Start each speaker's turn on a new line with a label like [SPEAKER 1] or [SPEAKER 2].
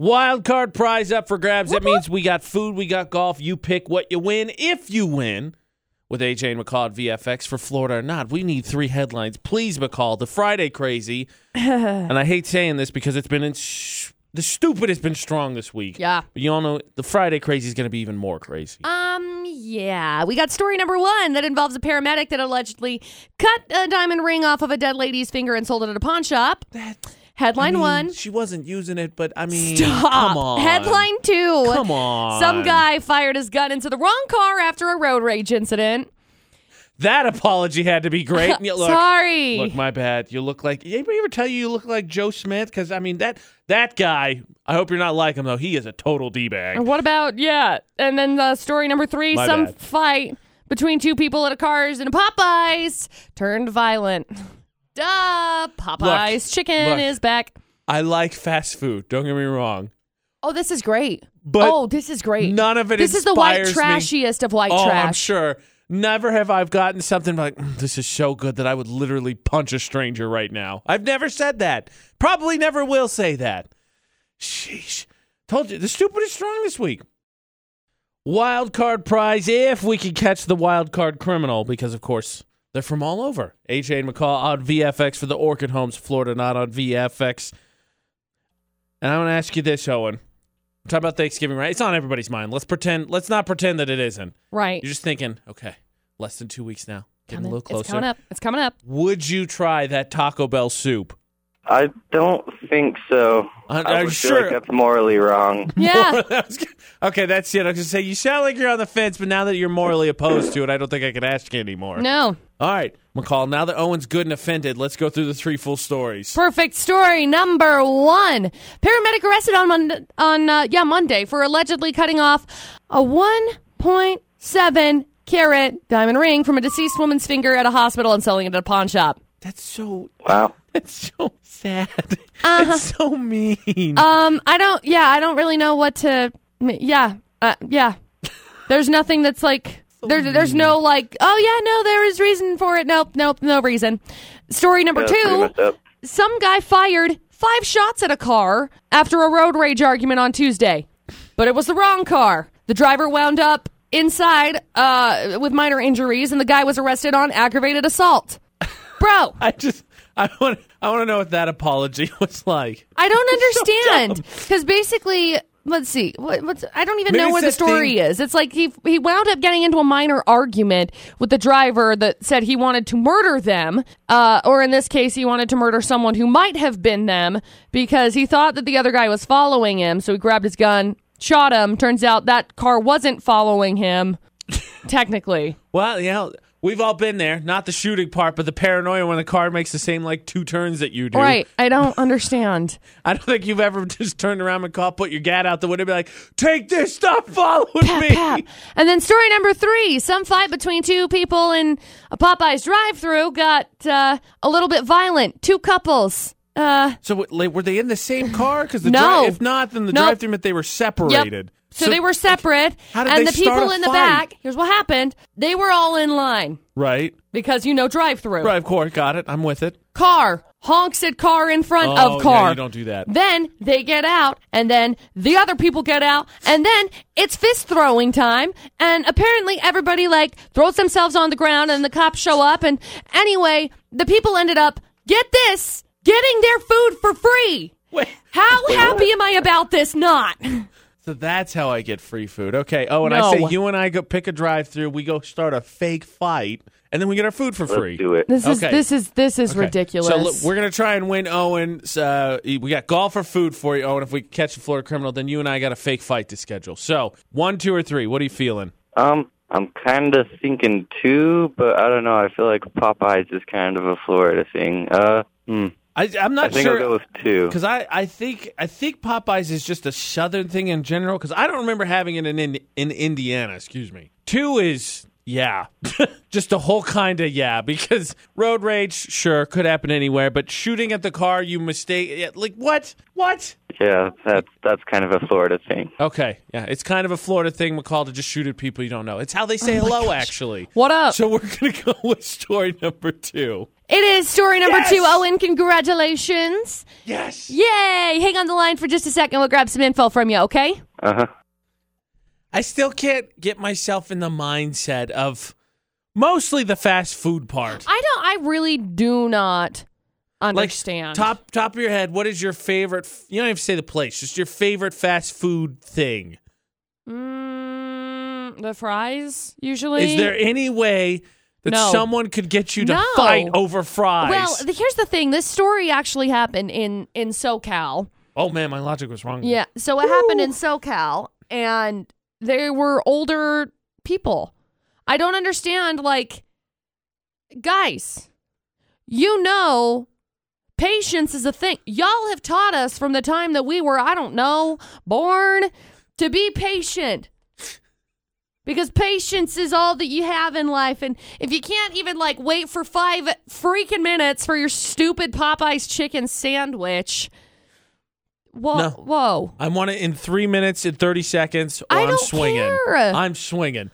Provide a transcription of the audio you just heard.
[SPEAKER 1] Wild card prize up for grabs. That means we got food, we got golf. You pick what you win. If you win with AJ and McCall at VFX for Florida or not, we need three headlines. Please, McCall, the Friday crazy. and I hate saying this because it's been in sh- the stupid has been strong this week.
[SPEAKER 2] Yeah.
[SPEAKER 1] But you all know the Friday crazy is going to be even more crazy.
[SPEAKER 2] Um, yeah. We got story number one that involves a paramedic that allegedly cut a diamond ring off of a dead lady's finger and sold it at a pawn shop. Headline
[SPEAKER 1] I mean,
[SPEAKER 2] one.
[SPEAKER 1] She wasn't using it, but I mean,
[SPEAKER 2] Stop.
[SPEAKER 1] come on.
[SPEAKER 2] Headline two.
[SPEAKER 1] Come on.
[SPEAKER 2] Some guy fired his gun into the wrong car after a road rage incident.
[SPEAKER 1] That apology had to be great. Yeah, look,
[SPEAKER 2] Sorry.
[SPEAKER 1] Look, my bad. You look like. Anybody ever tell you you look like Joe Smith? Because I mean that that guy. I hope you're not like him though. He is a total d bag.
[SPEAKER 2] What about yeah? And then uh, story number three:
[SPEAKER 1] My
[SPEAKER 2] some
[SPEAKER 1] bad.
[SPEAKER 2] fight between two people at a Cars and a Popeyes turned violent. Duh! Popeyes chicken
[SPEAKER 1] look.
[SPEAKER 2] is back.
[SPEAKER 1] I like fast food. Don't get me wrong.
[SPEAKER 2] Oh, this is great.
[SPEAKER 1] But
[SPEAKER 2] oh, this is great.
[SPEAKER 1] none of it
[SPEAKER 2] This is the white
[SPEAKER 1] inspires me.
[SPEAKER 2] trashiest of white
[SPEAKER 1] oh,
[SPEAKER 2] trash.
[SPEAKER 1] I'm sure. Never have I've gotten something like "Mm, this is so good that I would literally punch a stranger right now. I've never said that. Probably never will say that. Sheesh. Told you the stupid is strong this week. Wild card prize if we can catch the wild card criminal, because of course they're from all over. AJ and McCall on VFX for the Orchid Homes, Florida, not on VFX. And I'm gonna ask you this, Owen. Talk about Thanksgiving, right? It's on everybody's mind. Let's pretend let's not pretend that it isn't.
[SPEAKER 2] Right.
[SPEAKER 1] You're just thinking, okay, less than two weeks now. Getting
[SPEAKER 2] Coming.
[SPEAKER 1] a little closer.
[SPEAKER 2] It's coming up. It's coming up.
[SPEAKER 1] Would you try that Taco Bell soup?
[SPEAKER 3] I don't think so.
[SPEAKER 1] I-
[SPEAKER 3] I
[SPEAKER 1] I'm
[SPEAKER 3] would
[SPEAKER 1] sure-
[SPEAKER 3] feel like that's morally wrong.
[SPEAKER 2] Yeah.
[SPEAKER 1] okay, that's it. I was gonna say you sound like you're on the fence, but now that you're morally opposed to it, I don't think I can ask you anymore.
[SPEAKER 2] no.
[SPEAKER 1] All right, McCall. Now that Owen's good and offended, let's go through the three full stories.
[SPEAKER 2] Perfect story number one. Paramedic arrested on Mon- on uh, yeah Monday for allegedly cutting off a 1.7 carat diamond ring from a deceased woman's finger at a hospital and selling it at a pawn shop.
[SPEAKER 1] That's so.
[SPEAKER 3] Wow.
[SPEAKER 1] That's so sad.
[SPEAKER 2] Uh-huh.
[SPEAKER 1] That's so mean.
[SPEAKER 2] Um, I don't. Yeah, I don't really know what to. Yeah, uh, yeah. There's nothing that's like. There, there's no like. Oh yeah, no. There is reason for it. Nope, nope, no reason. Story number
[SPEAKER 3] That's pretty
[SPEAKER 2] two.
[SPEAKER 3] messed up.
[SPEAKER 2] some guy fired five shots at a car after a road rage argument on Tuesday, but it was the wrong car. The driver wound up inside uh, with minor injuries, and the guy was arrested on aggravated assault. Bro,
[SPEAKER 1] I just. I want. I want to know what that apology was like.
[SPEAKER 2] I don't understand
[SPEAKER 1] dumb.
[SPEAKER 2] because basically. Let's see. What, what's, I don't even
[SPEAKER 1] Maybe
[SPEAKER 2] know
[SPEAKER 1] it's
[SPEAKER 2] where the
[SPEAKER 1] that
[SPEAKER 2] story
[SPEAKER 1] thing-
[SPEAKER 2] is. It's like he he wound up getting into a minor argument with the driver that said he wanted to murder them, uh, or in this case, he wanted to murder someone who might have been them because he thought that the other guy was following him. So he grabbed his gun, shot him. Turns out that car wasn't following him, technically.
[SPEAKER 1] Well, you know, we've all been there. Not the shooting part, but the paranoia when the car makes the same like two turns that you do.
[SPEAKER 2] Right? I don't understand.
[SPEAKER 1] I don't think you've ever just turned around and called, put your gat out the window, and be like, "Take this, stop following me."
[SPEAKER 2] Pap. And then story number three: some fight between two people in a Popeyes drive-through got uh, a little bit violent. Two couples. Uh,
[SPEAKER 1] So w- like, were they in the same car? Because
[SPEAKER 2] No.
[SPEAKER 1] if not, then the
[SPEAKER 2] Nope.
[SPEAKER 1] drive-through meant they were separated.
[SPEAKER 2] So, they were separate,
[SPEAKER 1] How did
[SPEAKER 2] and
[SPEAKER 1] they
[SPEAKER 2] the people
[SPEAKER 1] start a
[SPEAKER 2] in the
[SPEAKER 1] fight?
[SPEAKER 2] back. Here's what happened: they were all in line
[SPEAKER 1] right,
[SPEAKER 2] because you know drive-through.
[SPEAKER 1] right. Of course, got it. I'm with it.
[SPEAKER 2] Car honks at car in front
[SPEAKER 1] Oh, yeah,
[SPEAKER 2] of car.
[SPEAKER 1] you don't do that.
[SPEAKER 2] Then they get out, and then the other people get out, and then it's fist throwing time. And apparently, everybody like throws themselves on the ground, and the cops show up. And anyway, the people ended up get this getting their food for free.
[SPEAKER 1] Wait.
[SPEAKER 2] How happy am I about this? Not.
[SPEAKER 1] So that's how I get free food. Okay. Oh, and I
[SPEAKER 2] No.
[SPEAKER 1] say you and I go pick a drive-through. We go start a fake fight, and then we get our food for
[SPEAKER 3] Let's
[SPEAKER 1] free.
[SPEAKER 3] do it.
[SPEAKER 2] This is
[SPEAKER 1] Okay.
[SPEAKER 2] this is this is
[SPEAKER 1] Okay.
[SPEAKER 2] ridiculous.
[SPEAKER 1] So look, we're gonna try and win Owen. Uh, we got golf or food for you, Owen. If we catch the Florida criminal, then you and I got a fake fight to schedule. So one, two, or three. What are you feeling?
[SPEAKER 3] Um, I'm kind of thinking two, but I don't know. I feel like Popeyes is kind of a Florida thing. Uh, hmm.
[SPEAKER 1] I, I'm
[SPEAKER 3] I
[SPEAKER 1] not
[SPEAKER 3] think
[SPEAKER 1] sure.
[SPEAKER 3] I'll go with two.
[SPEAKER 1] Because I, I think I think Popeyes is just a Southern thing in general. Because I don't remember having it in in, in Indiana. Excuse me. Two is yeah, just a whole kind of yeah. Because road rage, sure, could happen anywhere. But shooting at the car, you mistake yeah, like what what?
[SPEAKER 3] Yeah, that's that's kind of a Florida thing.
[SPEAKER 1] Okay, yeah, it's kind of a Florida thing, McCall, to just shoot at people you don't know. It's how they say hello, actually.
[SPEAKER 2] Oh What up?
[SPEAKER 1] So we're gonna go with story number two.
[SPEAKER 2] It is story number two. Owen, congratulations.
[SPEAKER 1] Yes.
[SPEAKER 2] Yay! Hang on the line for just a second. We'll grab some info from you, okay?
[SPEAKER 3] Uh huh.
[SPEAKER 1] I still can't get myself in the mindset of mostly the fast food part.
[SPEAKER 2] I don't, I really do not understand.
[SPEAKER 1] Top top of your head, what is your favorite? f- You don't have to say the place. Just your favorite fast food thing.
[SPEAKER 2] Mm, the fries, usually.
[SPEAKER 1] Is there any way that
[SPEAKER 2] No.
[SPEAKER 1] someone could get you to
[SPEAKER 2] No.
[SPEAKER 1] fight over fries?
[SPEAKER 2] Well, the, here's the thing. This story actually happened in in SoCal.
[SPEAKER 1] oh man, my logic was wrong.
[SPEAKER 2] Yeah, so it happened in SoCal, and they were older people. I don't understand, like, guys, you know, patience is a thing. Y'all have taught us from the time that we were, I don't know, born to be patient. Because patience is all that you have in life. And if you can't even like wait for five freaking minutes for your stupid Popeye's chicken sandwich, whoa,
[SPEAKER 1] No.
[SPEAKER 2] whoa.
[SPEAKER 1] I want it in three minutes and thirty seconds, or
[SPEAKER 2] I
[SPEAKER 1] am
[SPEAKER 2] don't
[SPEAKER 1] swinging.
[SPEAKER 2] care.
[SPEAKER 1] I'm swinging.